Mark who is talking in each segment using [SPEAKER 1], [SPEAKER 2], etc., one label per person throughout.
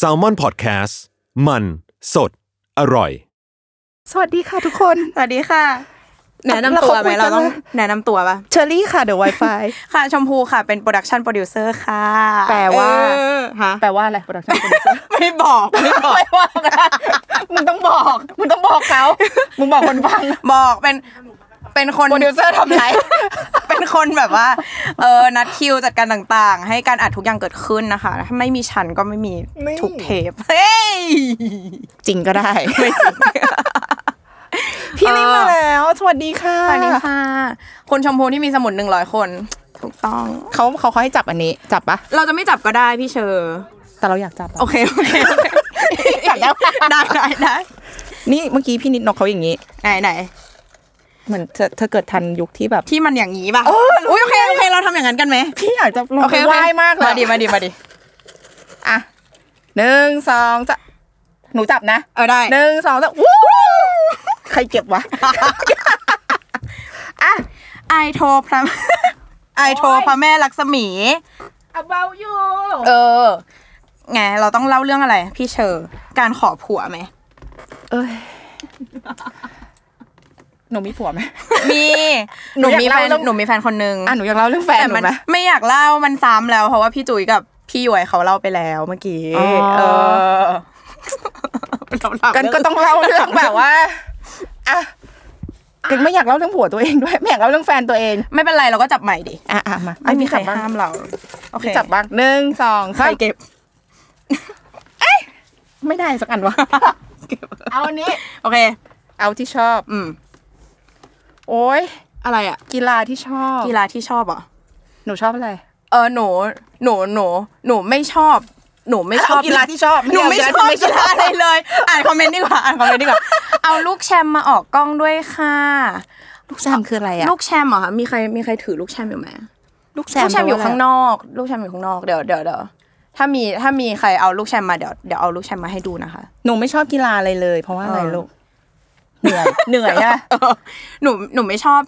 [SPEAKER 1] s a l m o n PODCAST มันสดอร่อย
[SPEAKER 2] สวัสดีค่ะทุกคน
[SPEAKER 3] สวัสดีค่ะ แนะนำ
[SPEAKER 2] แล้ว
[SPEAKER 3] ตัว
[SPEAKER 2] เขา
[SPEAKER 3] ไหม
[SPEAKER 2] คุยกัน
[SPEAKER 3] เราต้อง
[SPEAKER 2] ว่า
[SPEAKER 3] แนะนำตัวป่ะ
[SPEAKER 2] เชอรี่ค่ะ The Wi-Fi
[SPEAKER 3] ค่ะชมพูค่ะเป็นโปรดักชันโปรดิวเซอร์ค่ะ
[SPEAKER 2] แปลว่า
[SPEAKER 3] เออฮะ
[SPEAKER 2] แปลว่าอะไร production producer
[SPEAKER 3] ไม่บอกไม่บอก
[SPEAKER 2] ไม่ว่านะมึงต้องบอก มึงต้องบอกเขา มึงบอกคนฟัง
[SPEAKER 3] บอกเป็นเป็นคน
[SPEAKER 2] โปรดิวเซอร์ทำไร
[SPEAKER 3] เป็นคนแบบว่าเออนัดคิวจัดการต่างๆ ให้การอัดทุกอย่างเกิดขึ้นนะคะ ถ้าไม่มีฉันก็ไม่มีทุกเทปเฮ้ย
[SPEAKER 2] จริงก็ได้
[SPEAKER 3] ไม่จริง
[SPEAKER 2] พี่ลิงมาแล้ว สวัสดีค่ะ
[SPEAKER 3] สวัสดีค่ะคุณชมพูที่มีสมุดหนึ่งร้อยคน ถูกต้อง
[SPEAKER 2] เขาเขาเขาให้จับอันนี้ จับปะ
[SPEAKER 3] เราจะไม่จับก็ได้พี่เชอร์
[SPEAKER 2] แต่เราอยากจับอะ
[SPEAKER 3] โอเคโอเคโอเคได้ได้ได้
[SPEAKER 2] นี่เมื่อกี้พี่นิดนกเขาอย่างนี้
[SPEAKER 3] ไหนไหน
[SPEAKER 2] เหมือนเธอเธอเกิดทันยุคที่แบบ
[SPEAKER 3] ที่มันอย่างนี้ป่ะอุ้ยโอเคโอเคเราทำอย่างนั้นกันไหม
[SPEAKER 2] พี่อยากจะลงไปไหว้มากเลย
[SPEAKER 3] มาดิมาดิมาดิ
[SPEAKER 2] อ่ะหนึ่งสองจะหนูจับนะ
[SPEAKER 3] เออได้
[SPEAKER 2] หนึ่งสองจะวู้ใครเก็บวะ
[SPEAKER 3] ไอโทรพระไอโทรพระแม่ลักษมี
[SPEAKER 2] about you
[SPEAKER 3] เออ ไงเราต้องเล่าเรื่องอะไร พี่เชอร์การขอผัวไหม
[SPEAKER 2] เอ้ย หนูมีผัวไหม
[SPEAKER 3] มี
[SPEAKER 2] ห
[SPEAKER 3] ห
[SPEAKER 2] นู
[SPEAKER 3] นู
[SPEAKER 2] อยาก
[SPEAKER 3] มีแฟน
[SPEAKER 2] เล่าเรื่อง
[SPEAKER 3] หนูมีแฟนคนนึง
[SPEAKER 2] อ่ะหนูอยากเล่าเรื่องแฟนห
[SPEAKER 3] แต่
[SPEAKER 2] นู
[SPEAKER 3] มัน
[SPEAKER 2] ไหม
[SPEAKER 3] ไม่อยากเล่ามันซ้ำแล้วเพราะว่าพี่จุ๋ยกับพี่หยวยเขาเล่าไปแล้วเมื่อกี้
[SPEAKER 2] อ๋อ
[SPEAKER 3] เออเราเล่า
[SPEAKER 2] กันก็ต้องเล่าเรื่องแบบว่าอ่ะกันไม่อยากเล่าเรื่องผัวตัวเองด้วย ไม่อยากเล่าเรื่องแฟนตัวเอง
[SPEAKER 3] ไม่เป็นไรเราก็จับใหม่ดิ
[SPEAKER 2] อ่ะอ่ะมา
[SPEAKER 3] ไม่มีใคร
[SPEAKER 2] จับบ้าง
[SPEAKER 3] ห้ามเราโอเค
[SPEAKER 2] พี่จับบ้างหนึ่งสอง
[SPEAKER 3] ใคร
[SPEAKER 2] สาม
[SPEAKER 3] เก็บ
[SPEAKER 2] ไม่ได้สักอันวะเอาอันนี้
[SPEAKER 3] โอเค
[SPEAKER 2] เอาที่ชอบ
[SPEAKER 3] อืม
[SPEAKER 2] โอ้ย
[SPEAKER 3] อะไรอ่ะ
[SPEAKER 2] กีฬาที่ชอบ
[SPEAKER 3] กีฬาที่ชอบเหรอ่ะ
[SPEAKER 2] หนูชอบอะไร
[SPEAKER 3] เออหนูหนูหนูหนูไม่ชอบหนูไม่ชอบ
[SPEAKER 2] เากีฬาที่ชอบ
[SPEAKER 3] หนูไม่ชอบ
[SPEAKER 2] เา
[SPEAKER 3] กีฬาอะไรเลย อ่านคอมเมนต์ดีกว่าอ่านคอมเมนต์ดีกว่า เอาลูกแชมมาออกกล้องด้วยค่ะ
[SPEAKER 2] ลูกแซมคืออะไรอ่ะ
[SPEAKER 3] ลูกแชมเหรอคะมีใครมีใครถือลูกแชมอยู่ไหม
[SPEAKER 2] ลูกแซ
[SPEAKER 3] ลู
[SPEAKER 2] ม
[SPEAKER 3] กแชมอยู่ข้างนอก ลูกแชมอยู่ข้างนอกเดี๋ยวเดี๋ยวเดี๋ยวถ้ามีถ้ามีใครเอาลูกแชมมาเดี๋ยวเดี๋ยวเอาลูกแชมมาให้ดูนะคะ
[SPEAKER 2] หนูไม่ชอบกีฬาอะไรเลย เพราะว่าอะไร
[SPEAKER 3] เออ
[SPEAKER 2] ลูกเหนื่อยเหนื่อยอะ
[SPEAKER 3] เออหนูหนูไม่ชอบ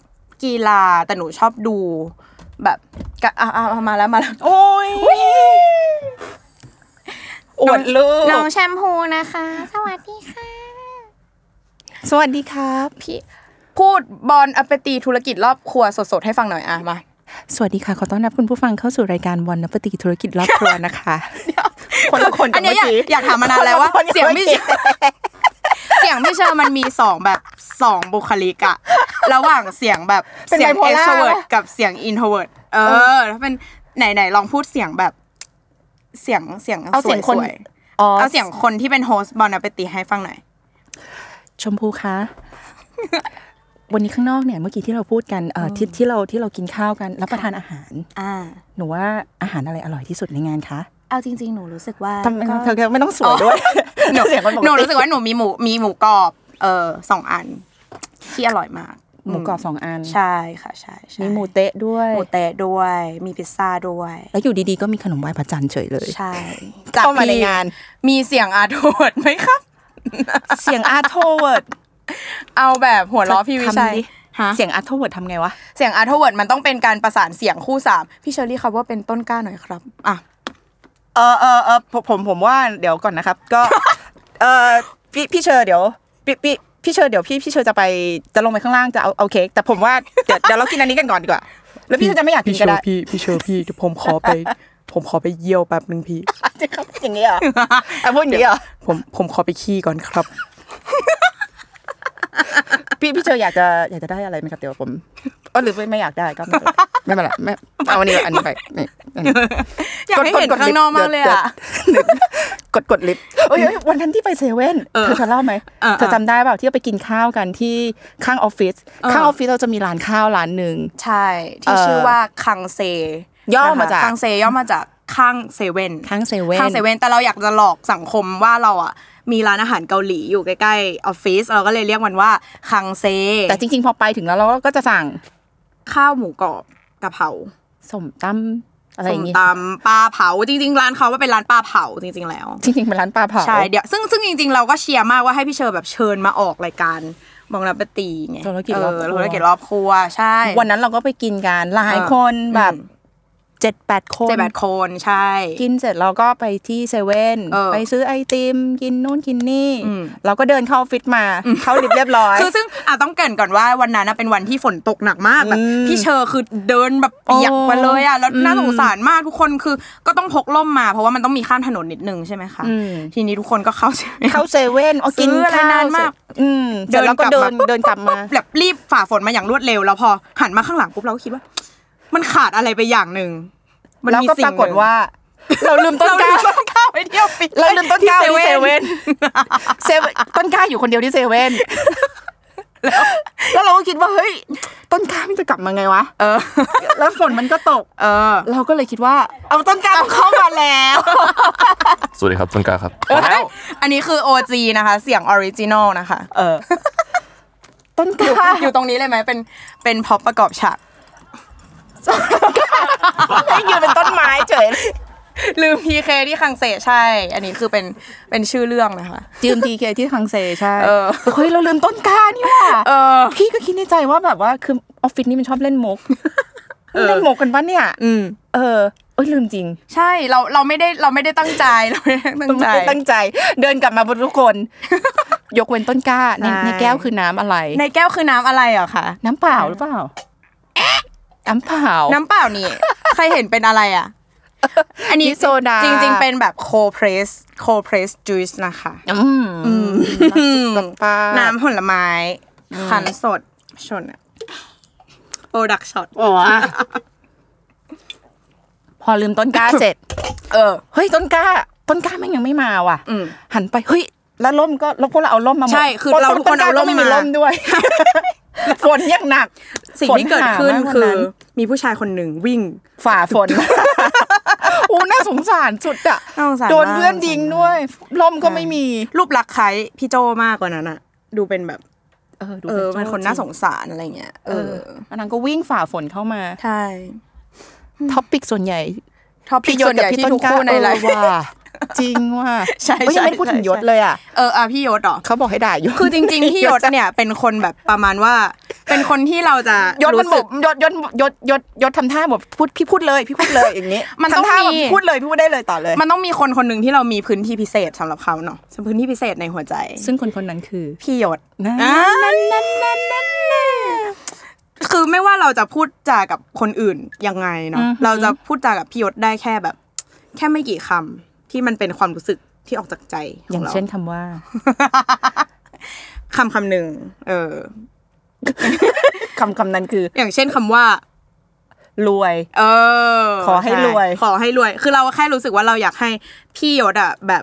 [SPEAKER 3] กีฬาแต่หนูชอบดูแบบกะอ่ะอ่ะอ่ะมาแล้วมาแล้ว
[SPEAKER 2] โอ้ยอวดลูก
[SPEAKER 3] น้องแชมพูนะคะ สวัสดีค่ะ
[SPEAKER 2] สวัสดีครับ
[SPEAKER 3] พี่พูดบอลอปเปตีธุรกิจรอบครัวสดๆ ให้ฟังหน่อยอ่ะ มา
[SPEAKER 2] สวัสดีค่ะ ขอต้อนรับคุณผู้ฟังเข้าสู่รายการวันนปฏิธุรกิจรอบครัวนะคะ คนละคน
[SPEAKER 3] อั
[SPEAKER 2] กัน บ
[SPEAKER 3] เนี้ย
[SPEAKER 2] เมื่อ
[SPEAKER 3] อยาก
[SPEAKER 2] กี้
[SPEAKER 3] อยากถามมานานแล้ว
[SPEAKER 2] ค
[SPEAKER 3] ว่า
[SPEAKER 2] ละคนกับ
[SPEAKER 3] เสียง
[SPEAKER 2] มื่
[SPEAKER 3] พี่
[SPEAKER 2] อกี้
[SPEAKER 3] เสียงพี่เชอร์มันมีสองแบบสองบุคลิกอะระหว่างเสียงแบบเสียง e x t r o v e r t กับเสียง introvert เออถ้าเป็นไหนๆลองพูดเสียงแบบเสียงเสียง
[SPEAKER 2] เอาเสียงคน
[SPEAKER 3] ว
[SPEAKER 2] อ๋อ
[SPEAKER 3] ๆเอาเสียงคนที่เป็นโฮสต์บอลอปเปตีให้ฟังหน่อย
[SPEAKER 2] ชมพูคะ วันนี้ข้างนอกเนี่ย เมื่อกี้ที่เราพูดกันเอ่อที่ที่เราที่เรากินข้าวกันรับประทานอาหาร
[SPEAKER 3] อ่า
[SPEAKER 2] หนูว่าอาหารอะไรอร่อยที่สุดในงานคะ
[SPEAKER 3] เอาจริง ๆ หนูรู้สึกว่า
[SPEAKER 2] ทำไมเธอไม่ต้องสวยด้วย
[SPEAKER 3] หนู
[SPEAKER 2] เสียงคนปก
[SPEAKER 3] หนู
[SPEAKER 2] ติ
[SPEAKER 3] รู้สึกว่าหนูมีหมูมีหมูกรอบ เออสองอัน ที่อร่อยมาก
[SPEAKER 2] หมูกรอบสองอัน
[SPEAKER 3] ใช่ค่ะใช่ใช่
[SPEAKER 2] มีหมูเตะด้วย
[SPEAKER 3] หมูเตะด้วย มีพิซซ่าด้วย
[SPEAKER 2] แล้วอยู่ดีๆ ก็มีขนมไหว้พระจันทร์เฉยเลย
[SPEAKER 3] ใช่
[SPEAKER 2] เข้ามาในงาน
[SPEAKER 3] มีเสียงอาโทดไหม ครับ
[SPEAKER 2] เสียงอาร์โทเวิร์ด
[SPEAKER 3] เอาแบบหัวล้อพี่วิชัย
[SPEAKER 2] ทำดิ
[SPEAKER 3] ฮะ
[SPEAKER 2] เสียงอาร์โทเวิร์ดทำไงวะ
[SPEAKER 3] เสียงอาโทเวิร์ดมันต้องเป็นการประสานเสียงคู่สามพี่เชอรี่ครับว่าเป็นต้นกล้าหน่อยครับอ่ะ
[SPEAKER 2] เออเออเออผมผมผมว่าเดี๋ยวก่อนนะครับ ก็ เออพี่พี่เชอร์เดี๋ยวพี่พี่พี่เชอร์เดี๋ยวพี่พี่เชอร์จะไปจะลงไปข้างล่างจะเอาเอาเค้กแต่ผมว่าเดี๋ยวเดี๋ยวเรากินอันนี้กันก่อนดีกว่า แล้วพี่เชอร์จะไม่อยากกินก็ได้
[SPEAKER 4] พี่พี่เชอพี่เดี๋ยวผมขอไป ผมขอไปเยี่ยวแป๊บหนึ่งพี่
[SPEAKER 2] อย่างนี้เหรออ่ะพูดอย่างนี้เหรอ
[SPEAKER 4] ผมผมขอไปขี้ก่อนครับ
[SPEAKER 2] พี่พี่เชอร์อยากจะอยากจะได้อะไรไหมครับเดี๋ยวผมอ๋อหรือไม่ไม่อยากได้ก็ไม่ เป็นไรไม่เป็นไรไม่เอาอันนี้อันนี้ไปนี่อันนี้
[SPEAKER 3] อยากให้เห็นข้างนอกมากเลยอ่ะ
[SPEAKER 2] เดี๋ยวกดกดลิฟต์เอ้ยเอ้ยวันนั้นที่ไปเซเว่นเธอจะเล่าไหม
[SPEAKER 3] เออ
[SPEAKER 2] เธอจำได้เปล่าที่เราไปกินข้าวกันที่ข้างออฟฟิศ
[SPEAKER 3] เออ
[SPEAKER 2] ข้างออฟฟิศเราจะมีร้านข้าวร้านหนึ่ง
[SPEAKER 3] ใช่ที่
[SPEAKER 2] เอ่อ
[SPEAKER 3] ชื่อว่าคังเซ
[SPEAKER 2] ย่อมาจาก
[SPEAKER 3] คังเซย่อมาจาก ข้างเซเว่น
[SPEAKER 5] ข้างเซเว่น
[SPEAKER 3] ข้างเซเว่นแต่เราอยากจะหลอกสังคมว่าเราอ่ะมีร้านอาหารเกาหลีอยู่ใกล้ๆออฟฟิศเราก็เลยเรียกมันว่าคังเซ
[SPEAKER 2] แต่จริงๆ พอไปถึงแล้วเราก็จะสั่ง
[SPEAKER 3] ข้าวหมูกรอบกะเพรา
[SPEAKER 2] สมตำอะไรอ
[SPEAKER 3] ส้ม
[SPEAKER 2] ย่างงี้
[SPEAKER 3] ตำปลาเผาจริง ๆ ร้านเขาว่าเป็นร้านปลาเผาจริง ๆ แล้ว
[SPEAKER 2] จริงๆเป็นร้านปลาเผา
[SPEAKER 3] ใช่เดี๋ยวซึ่งซึ่งจริง ๆ เราก็เชียร์มากว่าให้พี่เชอแบบเชิญมาออกรายการมองรับปตีไง
[SPEAKER 4] ธุรกิจรอบครัว
[SPEAKER 3] เธุรกิจรอบครัวใช่
[SPEAKER 2] วันนั้นเราก็ไปกินกันหลาย
[SPEAKER 3] เออ
[SPEAKER 2] คนแบบ
[SPEAKER 4] เจ็ดแปดคน
[SPEAKER 3] เจ็ดแปดคนใช่
[SPEAKER 2] กินเสร็จเราก็ไปที่เซเว่น
[SPEAKER 3] เออ
[SPEAKER 2] ไปซื้อไอติมกินนู่นกินนี่
[SPEAKER 3] อืม
[SPEAKER 2] เราก็เดินเข้าออฟฟิตมาเข้าลิฟต์เรียบร้อย
[SPEAKER 3] คือซึ่งอ่ะต้องเกรินก่อนว่าวันนั้นนะเป็นวันที่ฝนตกหนักมากแบบ
[SPEAKER 2] อืม
[SPEAKER 3] พี่เชอคือเดินแบบเปียกไปเลยอ่ะแล้วน่าสงสารมากทุกคนคือก็ต้องพกร่มมา เพราะว่ามันต้องมีข้ามถนนนิดนึงใช่ไหมคะ
[SPEAKER 2] อืม
[SPEAKER 3] ทีนี้ทุกคนก็เข้า
[SPEAKER 2] เข้าเซเว่นเอากิน
[SPEAKER 3] ซื้ออะไร
[SPEAKER 2] ข้าวน
[SPEAKER 3] านมาก
[SPEAKER 2] เสร็จอืมเสร็จแล้วก็เดินเดินกลับมา
[SPEAKER 3] แบบรีบฝ่าฝนมาอย่างรวดเร็วแล้วพอหันมาข้างหลังปุ๊บเราก็คิดว่า มันขาดอะไรไปอย่างหนึ่งมัน
[SPEAKER 2] แล้ว
[SPEAKER 3] มี
[SPEAKER 2] ก็
[SPEAKER 3] สิ่
[SPEAKER 2] ป
[SPEAKER 3] ง
[SPEAKER 2] รากฏว่า เราลืมต้น
[SPEAKER 3] เรา
[SPEAKER 2] ก
[SPEAKER 3] ลื
[SPEAKER 2] ล้า
[SPEAKER 3] มต้นกล้าไปเที่ยวปิด
[SPEAKER 2] เราลืมต้นกล้าไว้ที่
[SPEAKER 3] ที่
[SPEAKER 2] เซเว่นเซเว่นต้นกล้าอยู่คนเดียวที่เซเว่นแล้วแล้วเราก็คิดว่าเฮ้ยต้นกล้ามันจะกลับมาไงวะ
[SPEAKER 3] เออ
[SPEAKER 2] แล้วฝนมันก็ตก
[SPEAKER 3] เออ
[SPEAKER 2] เราก็เลยคิดว่า
[SPEAKER 3] เอาต้นกล้าเข้ามาแล้ว
[SPEAKER 6] สวัสดีครับต้นกล้าครับ
[SPEAKER 3] อันนี้คือ OG นะคะ เสียงออริจินอลนะคะ
[SPEAKER 2] เออ ต้นกล้า
[SPEAKER 3] อยู่ตรงนี้เลยไหมเป็นเป็นพร็อพประกอบฉาก
[SPEAKER 2] ไม่ยืนเป็นต้นไม้เฉยเลย
[SPEAKER 3] ลืม PK ที่คังเซใช่ อันนี้คือเป็นเป็นชื่อเรื่องนะคะ
[SPEAKER 2] ยืมทีเคที่คังเซใช่
[SPEAKER 3] เออ
[SPEAKER 2] เฮ้ยเราลืมต้นกล้านี่ว่ะ
[SPEAKER 3] เออ
[SPEAKER 2] พี่ก็คิดในใจว่าแบบว่าคือออฟฟิศนี่มันชอบเล่นมุกเล่นมุกกันปะเนี่ย
[SPEAKER 3] อืม
[SPEAKER 2] เออเอ้ยลืมจริง
[SPEAKER 3] ใช่เราเราไม่ได้เราไม่ได้ตั้งใจเราไม่ได้ตั้งใจ
[SPEAKER 2] ไม่ตั้งใจ เดินกลับมาบนทุกคน ยกเว้นต้นกล้าใน
[SPEAKER 3] ใช่
[SPEAKER 2] ในแก้วคือน้ำอะไร
[SPEAKER 3] ในแก้วคือน้ำอะไรเหรอ่ะคะ
[SPEAKER 2] น้ำเปล่าหรือเปล่าน้ำเปล่า
[SPEAKER 3] น้ำเปล่านี่ ใครเห็นเป็นอะไรอ่ะ อันนี้
[SPEAKER 2] นี่โซดา
[SPEAKER 3] จริง ๆ เป็นแบบโคเพรสโคเพรสจูสนะคะ
[SPEAKER 2] อืมน้ำปลา
[SPEAKER 3] น้ำผลไม้คันสดชนโปรดักช็อต
[SPEAKER 2] โอ้อะพอลืมต้นกล้าเสร็จ
[SPEAKER 3] เออ
[SPEAKER 2] เฮ้ยต้นกล้า ต้นกล้าแม่งยังไม่มาว่ะ
[SPEAKER 3] อืม
[SPEAKER 2] หันไปเฮ้ยแล้วล่มก็แล้วพวกเราเอาล่มมาหมด
[SPEAKER 3] ใช่คือเราทุกคนเอาร่ม
[SPEAKER 2] ต้นกล้ก็ไมี
[SPEAKER 3] มา
[SPEAKER 2] ล่มด้วย ฝนยังหนัก
[SPEAKER 3] สิ่งที่เกิดขึ้น
[SPEAKER 2] ฝหามาก
[SPEAKER 3] คือ
[SPEAKER 2] วันนั้น
[SPEAKER 3] มีผู้ชายคนหนึ่งวิ่ง
[SPEAKER 2] ฝ่าฝ น อู้น่าสงสารสุดอะ
[SPEAKER 3] น่าสงสารมาก
[SPEAKER 2] โดนเพื่อนยิงด้วย ล่มก็ไม่มี
[SPEAKER 3] รูปลักษณ์คล้ายพี่โจมากกว่านั้นอะดูเป็นแบบ
[SPEAKER 2] เออดู
[SPEAKER 3] เออเป็นคนน่าส
[SPEAKER 2] สาร
[SPEAKER 3] งสารอะไรเงี้ยเอ
[SPEAKER 2] เอ
[SPEAKER 3] อ
[SPEAKER 2] ออันนั้นก็วิ่งฝ่าฝนเข้ามา
[SPEAKER 3] ใช่
[SPEAKER 2] ท็อปปิกส่วนใหญ่
[SPEAKER 3] ท็อปพี่โยนกับพี่ทุกคู่ในไลฟ์
[SPEAKER 2] เออว่ะจริงว่ะ
[SPEAKER 3] ใช่
[SPEAKER 2] เอ้ย
[SPEAKER 3] ใช่
[SPEAKER 2] ยังไม่ได้พูดถึง
[SPEAKER 3] ใช่
[SPEAKER 2] ยศเลยอ่ะ
[SPEAKER 3] เอออ่ะพี่โยศเหรอ
[SPEAKER 2] เขาบอกให้ด่ายศ
[SPEAKER 3] คือจริง ๆ พี่โยศเนี่ยเป็นคนแบบประมาณว่า เป็นคนที่เราจะ
[SPEAKER 2] ยศมัน
[SPEAKER 3] รู้
[SPEAKER 2] บ
[SPEAKER 3] สึ
[SPEAKER 2] อก กยศยศยศยศยศทำท่าแบบพูดพี่พูดเลยพี่พูดเลยอย่างนี้
[SPEAKER 3] มันต้อง
[SPEAKER 2] ทำท่าแบบ
[SPEAKER 3] มี
[SPEAKER 2] พี่พูดเลยพี่พูดได้เลยต่อเลย
[SPEAKER 3] มันต้องมีคนคนหนึ่งที่เรามีพื้นที่พิเศษสำหรับเขาเนาะสำหรับพื้นที่พิเศษในหัวใจ
[SPEAKER 2] ซึ่งคนคนนั้นคือ
[SPEAKER 3] พี่โยศ
[SPEAKER 2] นะ
[SPEAKER 3] อ่าคือไม่ว่าเราจะพูดจากับคนอื่นยังไงเนาะเราจะพูดจากับพี่ยศได้แค่แบบ แค่ไม่กี่คำที่มันเป็นความรู้สึกที่ออกจากใจข
[SPEAKER 2] อ
[SPEAKER 3] อย่าง งเรา
[SPEAKER 2] เช่นคำว่า
[SPEAKER 3] คำคำหนึ่งเออ
[SPEAKER 2] คำคำนั้นคือ
[SPEAKER 3] อย่างเช่นคำว่า
[SPEAKER 2] รวย
[SPEAKER 3] เออ
[SPEAKER 2] ขอให้รวย
[SPEAKER 3] ช่ขอให้รวย คือเราแค่รู้สึกว่าเราอยากให้พี่ยศอะแบบ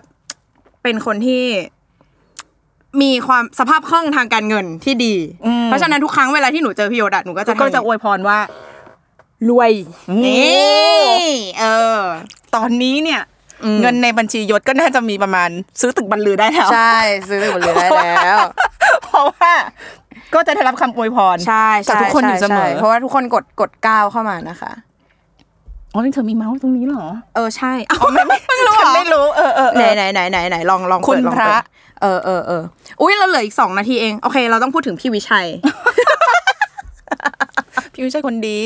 [SPEAKER 3] เป็นคนที่ มีความสภาพคล่องทางการเงินที่ดี เพราะฉะนั้นทุกครั้งเวลาที่หนูเจอพี่ยศอะหนูก็จะ
[SPEAKER 2] ก็จะ
[SPEAKER 3] ทำ
[SPEAKER 2] อวยพรว่า
[SPEAKER 3] รวย
[SPEAKER 2] นี่
[SPEAKER 3] นี่เออ
[SPEAKER 2] ตอนนี้เนี่ย
[SPEAKER 3] อืม
[SPEAKER 2] เงินในบัญชียศก็น่าจะมีประมาณ ซื้อตึกบรรลือได้แล้ว
[SPEAKER 3] ใช่ ซื้อหมดเลยได้แล้ว
[SPEAKER 2] เพราะว่าก็จะได้รับคำอวยพร
[SPEAKER 3] ใช่
[SPEAKER 2] จากทุกคนอยู่เสมอ
[SPEAKER 3] เพราะว่าทุกคนกดกดก้าวเข้ามานะคะ
[SPEAKER 2] อ๋อนี่เธอมีเมาส์ตรงนี้เหรอ
[SPEAKER 3] เออใช่อ๋อไม่ไม่รู้
[SPEAKER 2] ฉันไม่รู้เออเออเออ
[SPEAKER 3] ไหนไหนไหนไหนไหนลองลองเปิด
[SPEAKER 2] คุณ
[SPEAKER 3] ลอง
[SPEAKER 2] พระ
[SPEAKER 3] เปิดเออเออเอออุ้ยเราเหลืออีกสองนาทีเองโอเค เราต้องพูดถึงพี่วิชัย
[SPEAKER 2] พี่วิชัยคนดี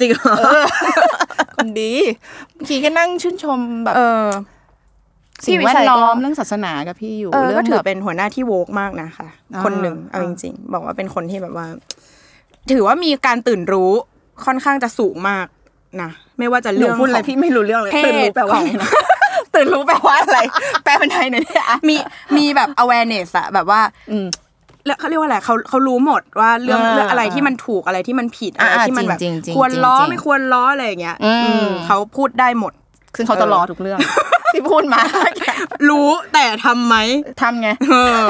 [SPEAKER 3] จริงเหรอ
[SPEAKER 2] คนดีเมื่อกี้ก็นั่งชื่นชมแบบ
[SPEAKER 3] เออ
[SPEAKER 2] สิ่งแวดล้อมเรื่องศาสนากับพี่อยู่
[SPEAKER 3] เออ
[SPEAKER 2] เรื่
[SPEAKER 3] ก็ถือ
[SPEAKER 2] แบบ
[SPEAKER 3] เป็นหัวหน้าที่โวกมากนะคะ
[SPEAKER 2] อ่า
[SPEAKER 3] คนหนึ่งเอาจริง ๆ บอกว่าเป็นคนที่แบบว่า ถือว่ามีการตื่นรู้ค่อนข้างจะสูงมากนะไม่ว่าจะ
[SPEAKER 2] หนู
[SPEAKER 3] เรื่อง
[SPEAKER 2] พูดอะไร
[SPEAKER 3] ของ
[SPEAKER 2] พี่ไม่รู้เรื่องเลย
[SPEAKER 3] เพศ
[SPEAKER 2] ตื่นรู้แปลว่า
[SPEAKER 3] ของ
[SPEAKER 2] อะไรนะตื่นรู้แปลว่าอะไร แปลเป็นไทยหน่อยเนี่ยอะ
[SPEAKER 3] มีมีแบบ awareness อะแบบว่า
[SPEAKER 2] อืม
[SPEAKER 3] แล้วเขาเรียกว่าอะไรเขาเขารู้หมดว่าเรื่อง
[SPEAKER 2] อ่า
[SPEAKER 3] เรื่องอะไรที่มันถูกอะไรที่มันผิดอะไร
[SPEAKER 2] อ่า
[SPEAKER 3] ที่มันแบบ
[SPEAKER 2] จริงๆจริงๆ
[SPEAKER 3] ควรล้อ
[SPEAKER 2] จริงๆ
[SPEAKER 3] ไม่ควรล้ออะไรอย่างเงี้ย
[SPEAKER 2] อืม
[SPEAKER 3] อืมเขาพูดได้หมด
[SPEAKER 2] ซึ่งเขาจะรอทุกเรื่อง ที่พูด มา
[SPEAKER 3] รู้แต่ทำไหม
[SPEAKER 2] ทำไง
[SPEAKER 3] เออ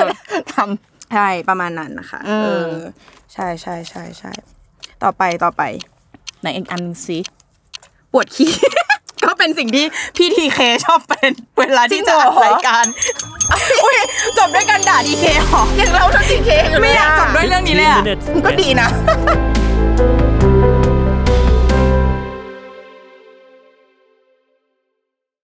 [SPEAKER 2] ทำ
[SPEAKER 3] ใช่ประมาณนั้นนะคะ
[SPEAKER 2] อืม
[SPEAKER 3] เออใช่ใช่ใช่ใช่ต่อไปต่อไป
[SPEAKER 2] ไหนอีกอันหนึ่งสิ
[SPEAKER 3] ปวดขี้ ก็เป็น เป็นสิ่งที่พี่ทีเคชอบเป็นเวลาที่จะอัดรายการอุ๊ยจบด้วยการด่าทีเคหรอ
[SPEAKER 2] ยังเล่าเรื่องทีเคอยู่เลย
[SPEAKER 3] ไม่อยากจบด้วยเรื่องนี้เลยอะ
[SPEAKER 2] มันก็ดีนะ
[SPEAKER 5] Later